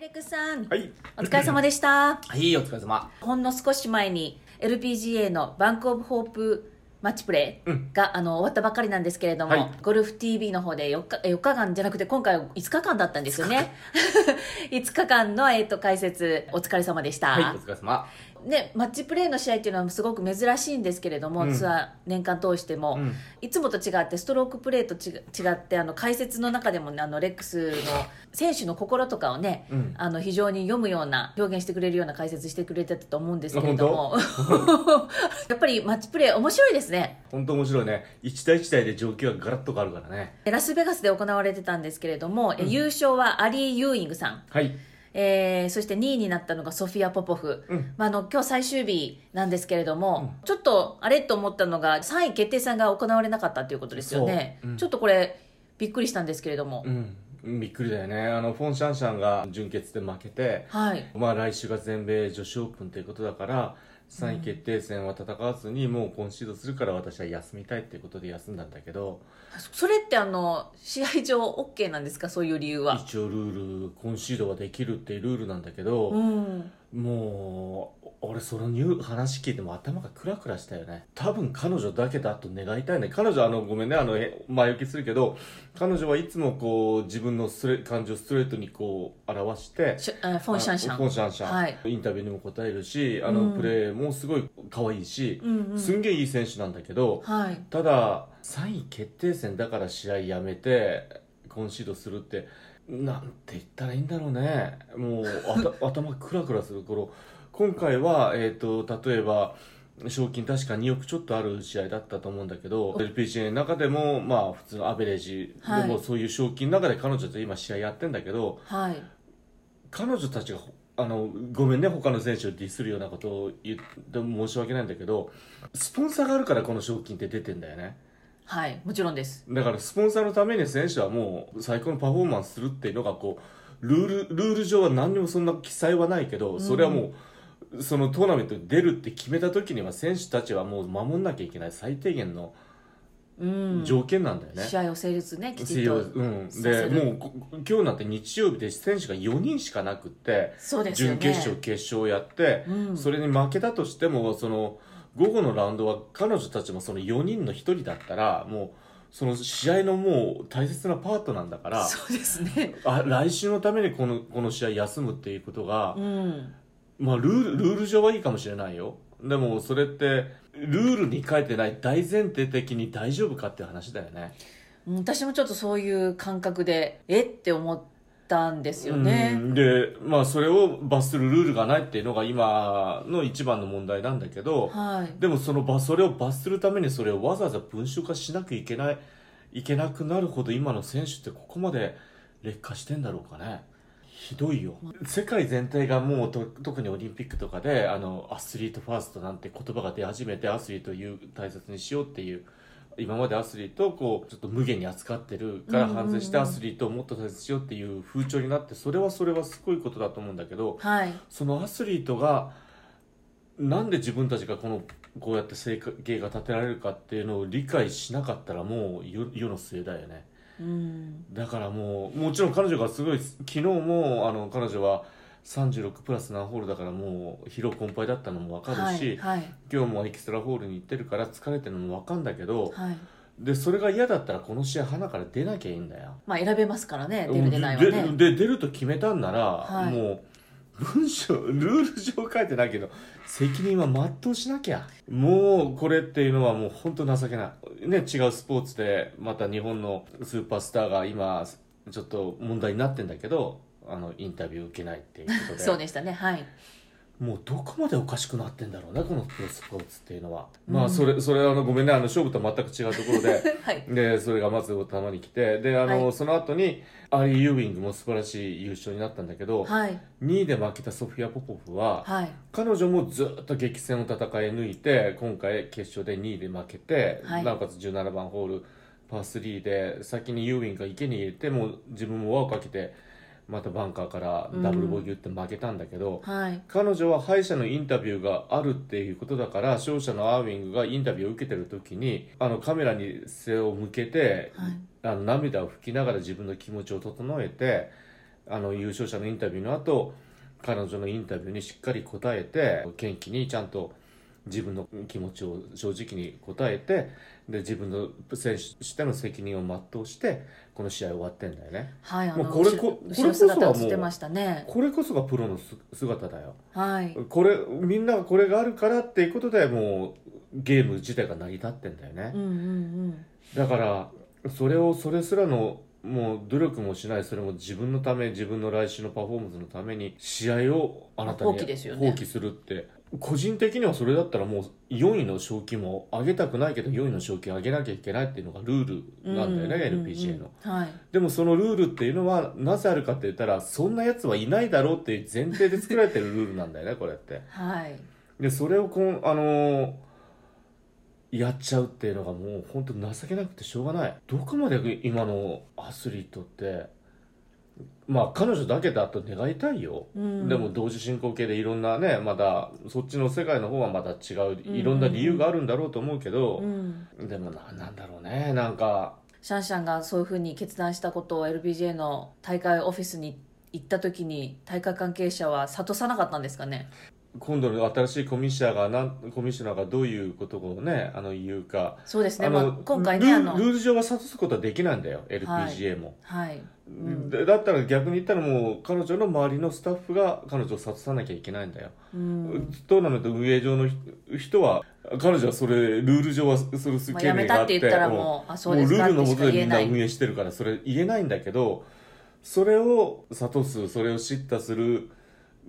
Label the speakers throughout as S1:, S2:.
S1: ックさん、
S2: はい。
S1: お疲れ様でした。
S2: はい、お疲れ様。
S1: ほんの少し前に LPGA のバンクオブホープマッチプレ
S2: うん
S1: ーが、あの終わったばかりなんですけれども、
S2: はい
S1: ゴルフ TV の方で4日え4日間じゃなくて今回は5日間だったんですよね5日 間の、えっと解説お疲れ様でした、
S2: はい、お疲れ様。
S1: ね、マッチプレーの試合っていうのはすごく珍しいんですけれども、
S2: うん
S1: ツアー年間通しても、
S2: うん
S1: いつもと違ってストロークプレーとちが違ってあの解説の中でも、ね、あのレックスの選手の心とかをね、
S2: うん
S1: あの非常に読むような表現してくれるような解説してくれてたと思うんですけれども やっぱりマッチプレー面白いですね。
S2: 本当面白いね。一対一対で状況がガラッと変わるからね。
S1: ラスベガスで行われてたんですけれども、え優勝はアリー・ユーイングさん、
S2: はい。
S1: えーそして2位になったのがソフィア・ポポフ、
S2: うん
S1: まあ、あの今日最終日なんですけれども、ちょっとあれと思ったのが3位決定戦が行われなかったということですよね、
S2: そううん
S1: ちょっとこれびっくりしたんですけれども、
S2: うん。びっくりだよね。あの、フォン・シャンシャンが準決で負けて、
S1: はい
S2: まあ来週が全米女子オープンということだから、3位決定戦は戦わずに、もうコンシードするから私は休みたいっていうことで休んだんだけど、
S1: そそれってあの試合上 OK なんですかそういう理由は、
S2: 一応ルール、コンシードはできるっていうルールなんだけど、
S1: うん、
S2: もう、俺そのニュー話聞いても頭がクラクラしたよね。多分彼女だけだと願いたいね。彼女あの、ごめんね、あの、え前置きするけど、彼女はいつもこう、自分のストレ感情をストレートにこう、表して、
S1: しあフォン・シャンシャ
S2: あ
S1: ン
S2: フォンシャンシャン。
S1: はい
S2: インタビューにも答えるし、あの、
S1: うん
S2: プレーもすごい可愛いし、
S1: うんうん
S2: すんげえいい選手なんだけど、
S1: はい
S2: ただ、3位決定戦だから試合やめて、コンシードするって、なんて言ったらいいんだろうね。もう、あ た頭クラクラする頃、今回は、えっ、と、例えば、賞金確か2億ちょっとある試合だったと思うんだけど、LPGA の中でも、まあ、普通のアベレージ、
S1: はい
S2: でもそういう賞金の中で彼女と今試合やってんだけど、
S1: はい
S2: 彼女たちがほあのごめんね他の選手をディスるようなことを言って申し訳ないんだけどスポンサーがあるからこの賞金って出てんだよね
S1: はいもちろんです
S2: だからスポンサーのために選手はもう最高のパフォーマンスするっていうのがこうルールルール上は何にもそんな記載はないけど、それはもうそのトーナメントに出るって決めた時には選手たちはもう守んなきゃいけない最低限の
S1: うん
S2: 条件なんだよね、
S1: 試合を成立ねきち
S2: せ
S1: んと
S2: ようん、
S1: さ
S2: で
S1: せる
S2: もうこ今日なんて日曜日で選手が4人しかなくって
S1: そうですよね
S2: 準決勝決勝やって、
S1: うん
S2: それに負けたとしてもその午後のラウンドは彼女たちもその4人の1人だったらもうその試合のもう大切なパートなんだから
S1: そうですね
S2: あ来週のためにこのこの試合休むっていうことが
S1: う、ん
S2: まあ、ルールルール上はいいかもしれないよでもそれってルールに書いてない大前提的に大丈夫かっていう話だよね。
S1: うん私もちょっとそういう感覚でえって思ったんですよね、
S2: うんで、まあ、それを罰するルールがないっていうのが今の一番の問題なんだけど、
S1: はい
S2: でもその罰それを罰するためにそれをわざわざ文章化しなきゃいけないいけなくなるほど今の選手ってここまで劣化してんだろうかねひどいよ世界全体がもうと特にオリンピックとかであのアスリートファーストなんて言葉が出始めてアスリートを言う大切にしようっていう今までアスリートをこうちょっと無限に扱ってるから反省してアスリートをもっと大切にしようっていう風潮になってそれはそれはすごいことだと思うんだけど
S1: はい
S2: そのアスリートがなんで自分たちがこのこうやって生計が立てられるかっていうのを理解しなかったらもう世世の末だよね
S1: うん
S2: だからもうもちろん彼女がすごい昨日もあの彼女は36プラス何ホールだからもう疲労困憊だったのも分かるし、
S1: はいはい
S2: 今日もエキストラホールに行ってるから疲れてるのも分かるんだけど
S1: はい
S2: でそれが嫌だったらこの試合花から出なきゃいいんだよ
S1: まあ選べますからね出る出ないはね
S2: でで出ると決めたんなら、
S1: はい
S2: もう文章ルール上書いてないけど責任は全うしなきゃもうこれっていうのはもう本当情けない、ね、違うスポーツでまた日本のスーパースターが今ちょっと問題になってんだけどあのインタビュー受けないっていうことで
S1: そうでしたね はい
S2: もうどこまでおかしくなってんだろうねこのプロスポーツっていうのは、まあそれそれはあのごめんねあの勝負とは全く違うところで
S1: はい
S2: でそれがまずたまに来てであの、
S1: は
S2: その後にアリー・ユーウィングも素晴らしい優勝になったんだけど、
S1: はい
S2: 2位で負けたソフィア・ポポフは、
S1: はい
S2: 彼女もずっと激戦を戦い抜いて今回決勝で2位で負けて、
S1: はい
S2: なおかつ17番ホールパー3で先にユーウィングが池に入れてもう自分も輪をかけてまたバンカーからダブルボギー打って負けたんだけど、
S1: はい
S2: 彼女は歯医者のインタビューがあるっていうことだから勝者のアーウィングがインタビューを受けてる時にあのカメラに背を向けて、
S1: はい
S2: あの涙を拭きながら自分の気持ちを整えてあの優勝者のインタビューの後彼女のインタビューにしっかり答えて元気にちゃんと自分の気持ちを正直に答えてで自分の選手としての責任を全うしてこの試合終わってんだよね
S1: はいあ
S2: もう
S1: の
S2: これ
S1: 後
S2: こ
S1: 後ろ姿映ってましたね
S2: これこそがプロのす姿だよ
S1: はい
S2: これみんながこれがあるからっていうことでもうゲーム自体が成り立ってんだよね、
S1: うんうん
S2: だからそれをそれすらのもう努力もしないそれも自分のため自分の来週のパフォーマンスのために試合をあなたに
S1: 放棄ですよね
S2: 放棄するって個人的にはそれだったらもう4位の賞金も上げたくないけど4位の賞金上げなきゃいけないっていうのがルー
S1: う
S2: ル
S1: ん
S2: なんだよね、
S1: うんうんうん
S2: LPGA の
S1: はい
S2: でもそのルールっていうのはなぜあるかって言ったらそんなやつはいないだろうっていう前提で作られてるルールなんだよねこれって
S1: はい
S2: でそれをこんあのーやっちゃうっていうのがもう本当情けなくてしょうがないどこまで今のアスリートってまあ彼女だけだと願いたいよ、
S1: うん
S2: でも同時進行形でいろんなねまだそっちの世界の方はまた違う
S1: うん
S2: いろんな理由があるんだろうと思うけど、
S1: うん
S2: でもななんだろうねなんか
S1: シャンシャンがそういうふうに決断したことを LPGA の大会オフィスに行った時に大会関係者は諭さなかったんですかね
S2: 今度の新しいコミッショナーがなんコミッショナーがどういうことをねあの言うか、
S1: そうですね
S2: あ
S1: ま
S2: の
S1: あ、今回ね
S2: ル
S1: あ
S2: ール
S1: の
S2: ール上は諭すことはできないんだよ LPGA も、
S1: はい、うん
S2: でだったら逆に言ったらもう彼女の周りのスタッフが彼女を諭さなきゃいけないんだよ、
S1: うん
S2: トーナメント運営上の人人は彼女はそれルール上はそれす
S1: ま
S2: る
S1: あ、や
S2: 権
S1: め
S2: 利が
S1: た
S2: あ
S1: っ
S2: っ
S1: て
S2: て
S1: 言ったらもうあそう
S2: も
S1: で
S2: う
S1: す
S2: ル
S1: か
S2: ー
S1: っ
S2: ル
S1: て
S2: のも
S1: し
S2: と
S1: か言
S2: でみ
S1: え
S2: ん
S1: な
S2: ない運営してるからそれ言えないんだけどそれを諭すそれを叱咤する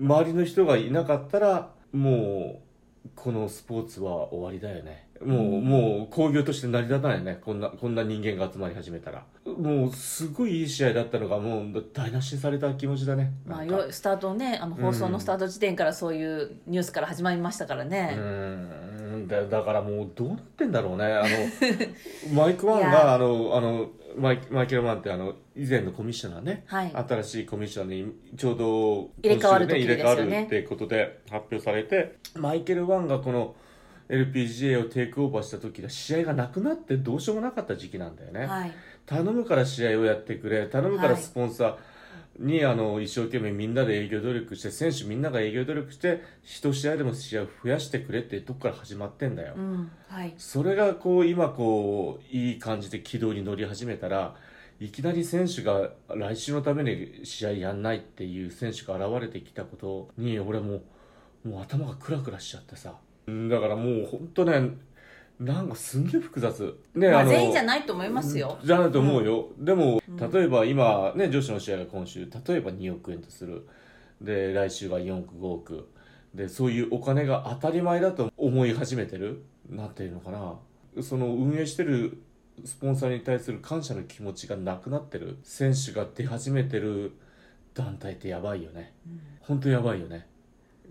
S2: 周りの人がいなかったらもうこのスポーツは終わりだよねもうもう興行として成り立たないよねこんなこんな人間が集まり始めたらもうすごいいい試合だったのがもう台無しにされた気持ちだね
S1: まあ、
S2: なんか
S1: よスタートねあの放送のスタート時点からそういうニュースから始まりましたから
S2: う
S1: ね、
S2: ーんだだからもうどうなってんだろうね あのマイク・ワン
S1: いや
S2: があのあのマイクマイケル・ワンってあの以前のコミッショナーね、
S1: はい
S2: 新しいコミッショナーにちょうど
S1: 入れ替わる時
S2: 今週ね
S1: ですよね
S2: 入れ替わるってことで発表されてマイケル・ワンがこの LPGA をテイクオーバーした時が試合がなくなってどうしようもなかった時期なんだよね、
S1: はい
S2: 頼むから試合をやってくれ頼むか
S1: は
S2: ら
S1: い
S2: スポンサーに、あの一生懸命みんなで営業努力して選手みんなが営業努力して一試合でも試合を増やしてくれってとこから始まってんだよ、
S1: うんはい、
S2: それがこう今こういい感じで軌道に乗り始めたらいきなり選手が来週のために試合やんないっていう選手が現れてきたことに俺もうもう頭がクラクラしちゃってさうんだからもう本当ねなんかすんげえ複雑ね
S1: まあ、
S2: の
S1: 全員じゃないと思いますよ、
S2: じゃないと思うよ、でも
S1: うん
S2: 例えば今ね女子の試合が今週例えば2億円とするで来週が4億5億でそういうお金が当たり前だと思い始めてるなんていうのかなその運営してるスポンサーに対する感謝の気持ちがなくなってる選手が出始めてる団体ってやばいよね
S1: うん
S2: 本当やばいよね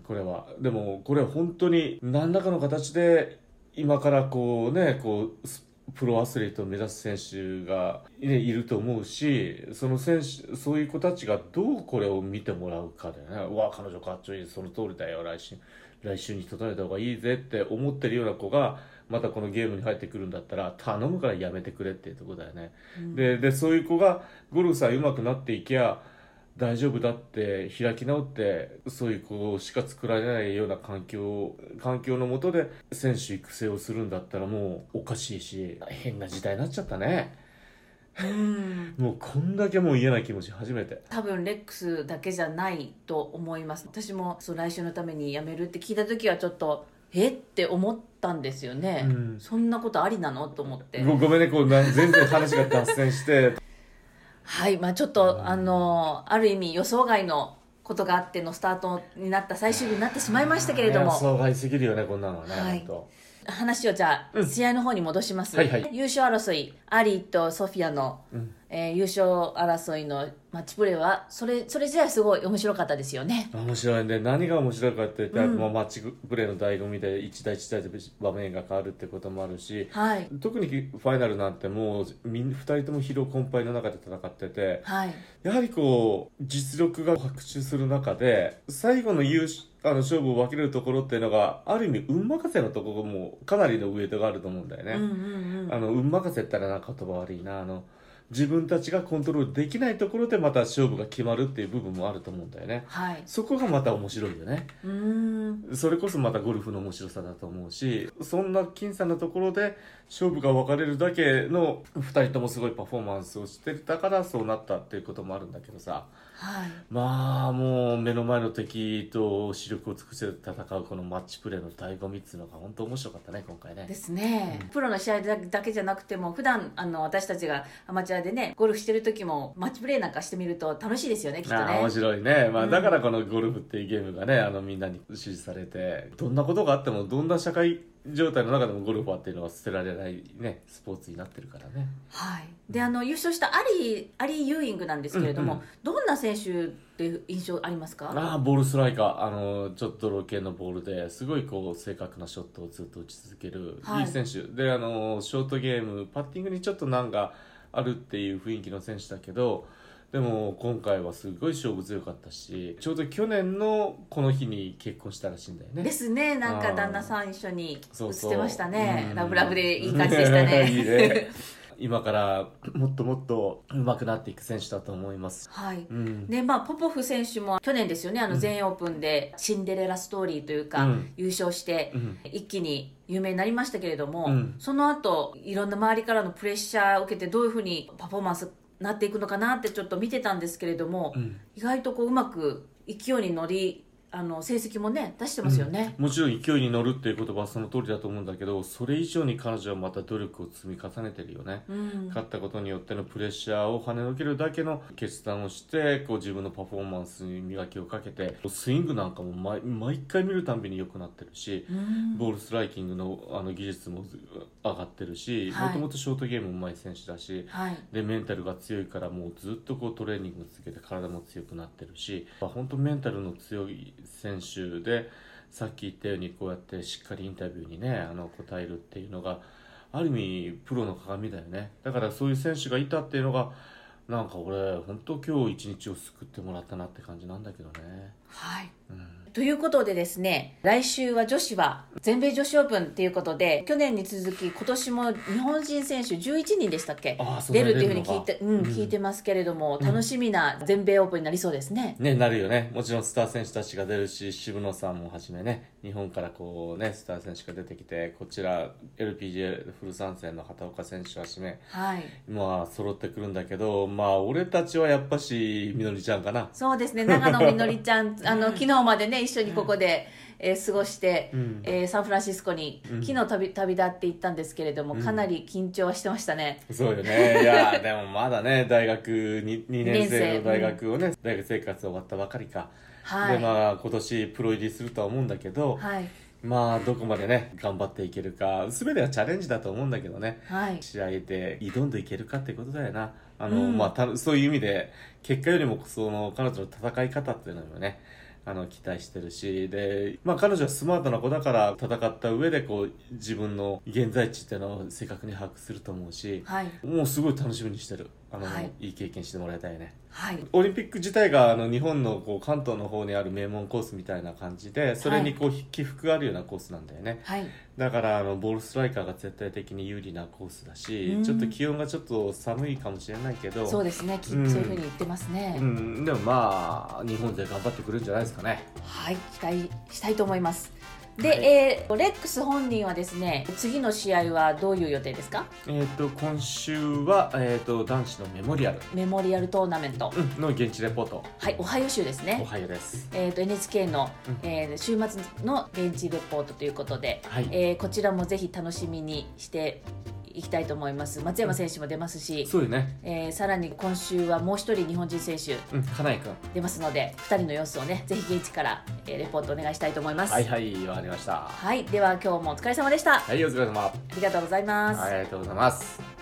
S2: これはでもこれ本当に何らかの形で今からこうねこうスプロアスリートを目指す選手が、ね、いると思うしその選手そういう子たちがどうこれを見てもらうかだよねうわ彼女かっちょいいその通りだよ来週来週に整えた方がいいぜって思ってるような子がまたこのゲームに入ってくるんだったら頼むからやめてくれっていうところだよね
S1: うん
S2: ででそういう子がゴルフさえ上手くなっていけば大丈夫だって開き直ってそういう子しか作られないような環境環境の下で選手育成をするんだったらもうおかしいし変な時代になっちゃったね
S1: うん
S2: もうこんだけもう嫌な気持ち初めて
S1: 多分レックスだけじゃないと思います私もそう来週のために辞めるって聞いた時はちょっとえって思ったんですよね、
S2: うん
S1: そんなことありなのと思って
S2: ごごめんねこうな全然話が脱線して
S1: はいまあちょっと、あのある意味予想外のことがあってのスタートになった最終日になってしまいましたけれども
S2: 障害すぎるよねこんなのはね、
S1: はい
S2: 本当
S1: 話をじゃあ、
S2: うん
S1: 試合の方に戻します、
S2: はいはい
S1: 優勝争いアリーとソフィアの、
S2: うん
S1: えー優勝争いのマッチプレーはそれそれ自体すごい面白かったですよね
S2: 面白いんで何が面白いかって言ったら、
S1: うん
S2: もうマッチプレーの醍醐味で一対一対で場面が変わるってこともあるし
S1: はい
S2: 特にファイナルなんてもうみん2人とも疲労困憊の中で戦ってて
S1: はい
S2: やはりこう実力が白昼する中で最後の優勝あの勝負を分けるところっていうのがある意味運任せのところもかなりのウエイトがあると思うんだよね。
S1: うんうんうん
S2: あの運任せったらなんか言葉悪いなあの自分たちがコントロールできないところでまた勝負が決まるっていう部分もあると思うんだよね
S1: はい
S2: そこがまた面白いよね
S1: うーん
S2: それこそまたゴルフの面白さだと思うしそんな僅差なところで勝負が分かれるだけの2人ともすごいパフォーマンスをしてたからそうなったっていうこともあるんだけどさ
S1: はい
S2: まあもう目の前の敵と視力を尽くして戦うこのマッチプレーの醍醐味っていうのが本当面白かったね今回ね
S1: ですね、プロの試合だだけじゃなくても普段あの私たちがアマチュアでねゴルフしてる時もマッチプレーなんかしてみると楽しいですよねきっと
S2: ああ
S1: ね
S2: 面白いね、まあ、
S1: うん
S2: だからこのゴルフっていうゲームがね、あのみんなに支持されてどんなことがあってもどんな社会状態の中でもゴルファーっていうのは捨てられないねスポーツになってるからね
S1: はいであの優勝したアリーアリー・ユーイングなんですけれども、
S2: うんうん
S1: どんな選手って印象ありますか
S2: ああボールストライカーあのちょっとロ系のボールですごいこう正確なショットをずっと打ち続ける、
S1: はい
S2: い、い選手であのショートゲームパッティングにちょっと難があるっていう雰囲気の選手だけどでも今回はすごい勝負強かったしちょうど去年のこの日に結婚したらしいんだよね
S1: ですねなんか
S2: あー
S1: 旦那さん一緒に映
S2: そ
S1: っ
S2: うそう
S1: てましたね
S2: うん
S1: ラブラブでいい感じでしたね
S2: いいね今からもっともっと上手くなっていく選手だと思います、
S1: はい
S2: うん、
S1: でまあ、ポポフ選手も去年ですよねあの
S2: うん
S1: 全英オープンでシンデレラストーリーというか、
S2: うん
S1: 優勝して
S2: うん
S1: 一気に有名になりましたけれども、
S2: うん
S1: その後いろんな周りからのプレッシャーを受けてどういうふうにパフォーマンスなっていくのかなってちょっと見てたんですけれども、
S2: うん
S1: 意外とこううまく勢いに乗りあの成績もね出してますよね、
S2: もちろん勢いに乗るっていう言葉はその通りだと思うんだけどそれ以上に彼女はまた努力を積み重ねてるよね、
S1: うん
S2: 勝ったことによってのプレッシャーを跳ねのけるだけの決断をしてこう自分のパフォーマンスに磨きをかけてスイングなんかも毎毎回見るたんびに良くなってるし、
S1: うん
S2: ボールストライキングのあの技術も上がってるし
S1: はい
S2: もともとショートゲームも上手い選手だし、
S1: はい
S2: でメンタルが強いからもうずっとこうトレーニングを続けて体も強くなってるし、まあ、本当メンタルの強い選手でさっき言ったようにこうやってしっかりインタビューにねあの答えるっていうのがある意味プロの鏡だよねだからそういう選手がいたっていうのがなんか俺本当今日一日を救ってもらったなって感じなんだけどね。
S1: はい
S2: うん
S1: ということでですね来週は女子は全米女子オープンっていうことで去年に続き今年も日本人選手11人でしたっけ
S2: ああそんな
S1: 出
S2: に
S1: るっていうふうに
S2: 出
S1: 聞い
S2: るのか
S1: て,、うん
S2: うん
S1: 聞いてますけれども
S2: うん
S1: 楽しみな全米オープンになりそうですね、
S2: ね、なるよね。もちろんスター選手たちが出るし、渋野さんもはじめね、日本からこうね、スター選手が出てきて、こちら LPGA フル参戦の畑岡選手はじめ、
S1: はい
S2: まあ揃ってくるんだけど、まあ俺たちはやっぱし、みのりちゃんかな。
S1: そうですね長野みのりち ゃんあの昨日までね一緒にここで、えー過ごして、
S2: うん
S1: えーサンフランシスコに
S2: うん
S1: 昨日旅旅立って行ったんですけれどもかなり緊張はしてましたね、
S2: そうよね。いや、でもまだね、大学に、2年生の大学をね、大学生活終わったばかりか。
S1: はい、
S2: で、まあ今年プロ入りするとは思うんだけど、
S1: はい
S2: まあどこまでね、頑張っていけるか、全てはチャレンジだと思うんだけどね。
S1: はい
S2: 試合で挑んでいけるかってことだよなあの、
S1: うん
S2: まあ、たそういう意味で結果よりもその彼女の戦い方っていうのもねあの期待してるしで、まあ、彼女はスマートな子だから戦った上でこう自分の現在地っていうのを正確に把握すると思うし
S1: はい
S2: もうすごい楽しみにしてるあの、
S1: はい
S2: い、い経験してもらいたいね
S1: はい
S2: オリンピック自体があの日本のこう関東の方にある名門コースみたいな感じでそれにこう、起伏があるようなコースなんだよね
S1: はい
S2: だからあのボールストライカーが絶対的に有利なコースだし、
S1: うん
S2: ちょっと気温がちょっと寒いかもしれないけど
S1: そうですねきそう
S2: うん
S1: いうふうに言ってますね、
S2: うん、でもまあ日本勢頑張ってくれるんじゃないですかね
S1: はい期待したいと思いますで、
S2: はい
S1: えーレックス本人はですね次の試合はどういう予定ですか
S2: えっ、と今週は、えー、と男子のメモリアル
S1: メモリアルトーナメント、
S2: うんの現地レポート
S1: はいオハイオ州です
S2: お
S1: ね
S2: はようです
S1: えー、と NHK の、
S2: うん
S1: えー週末の現地レポートということで、
S2: はい
S1: えーこちらもぜひ楽しみにしていきたいと思います松山選手も出ますし、
S2: そうよね
S1: えーさらに今週はもう一人日本人選手
S2: うん金井君
S1: 出ますので2人の様子をねぜひ現地から、えーレポートお願いしたいと思います、
S2: はいはいわかりました
S1: はい、では今日もお疲れ様でした。あ
S2: はいお疲れ様
S1: りがとうございます。
S2: ありがとうございます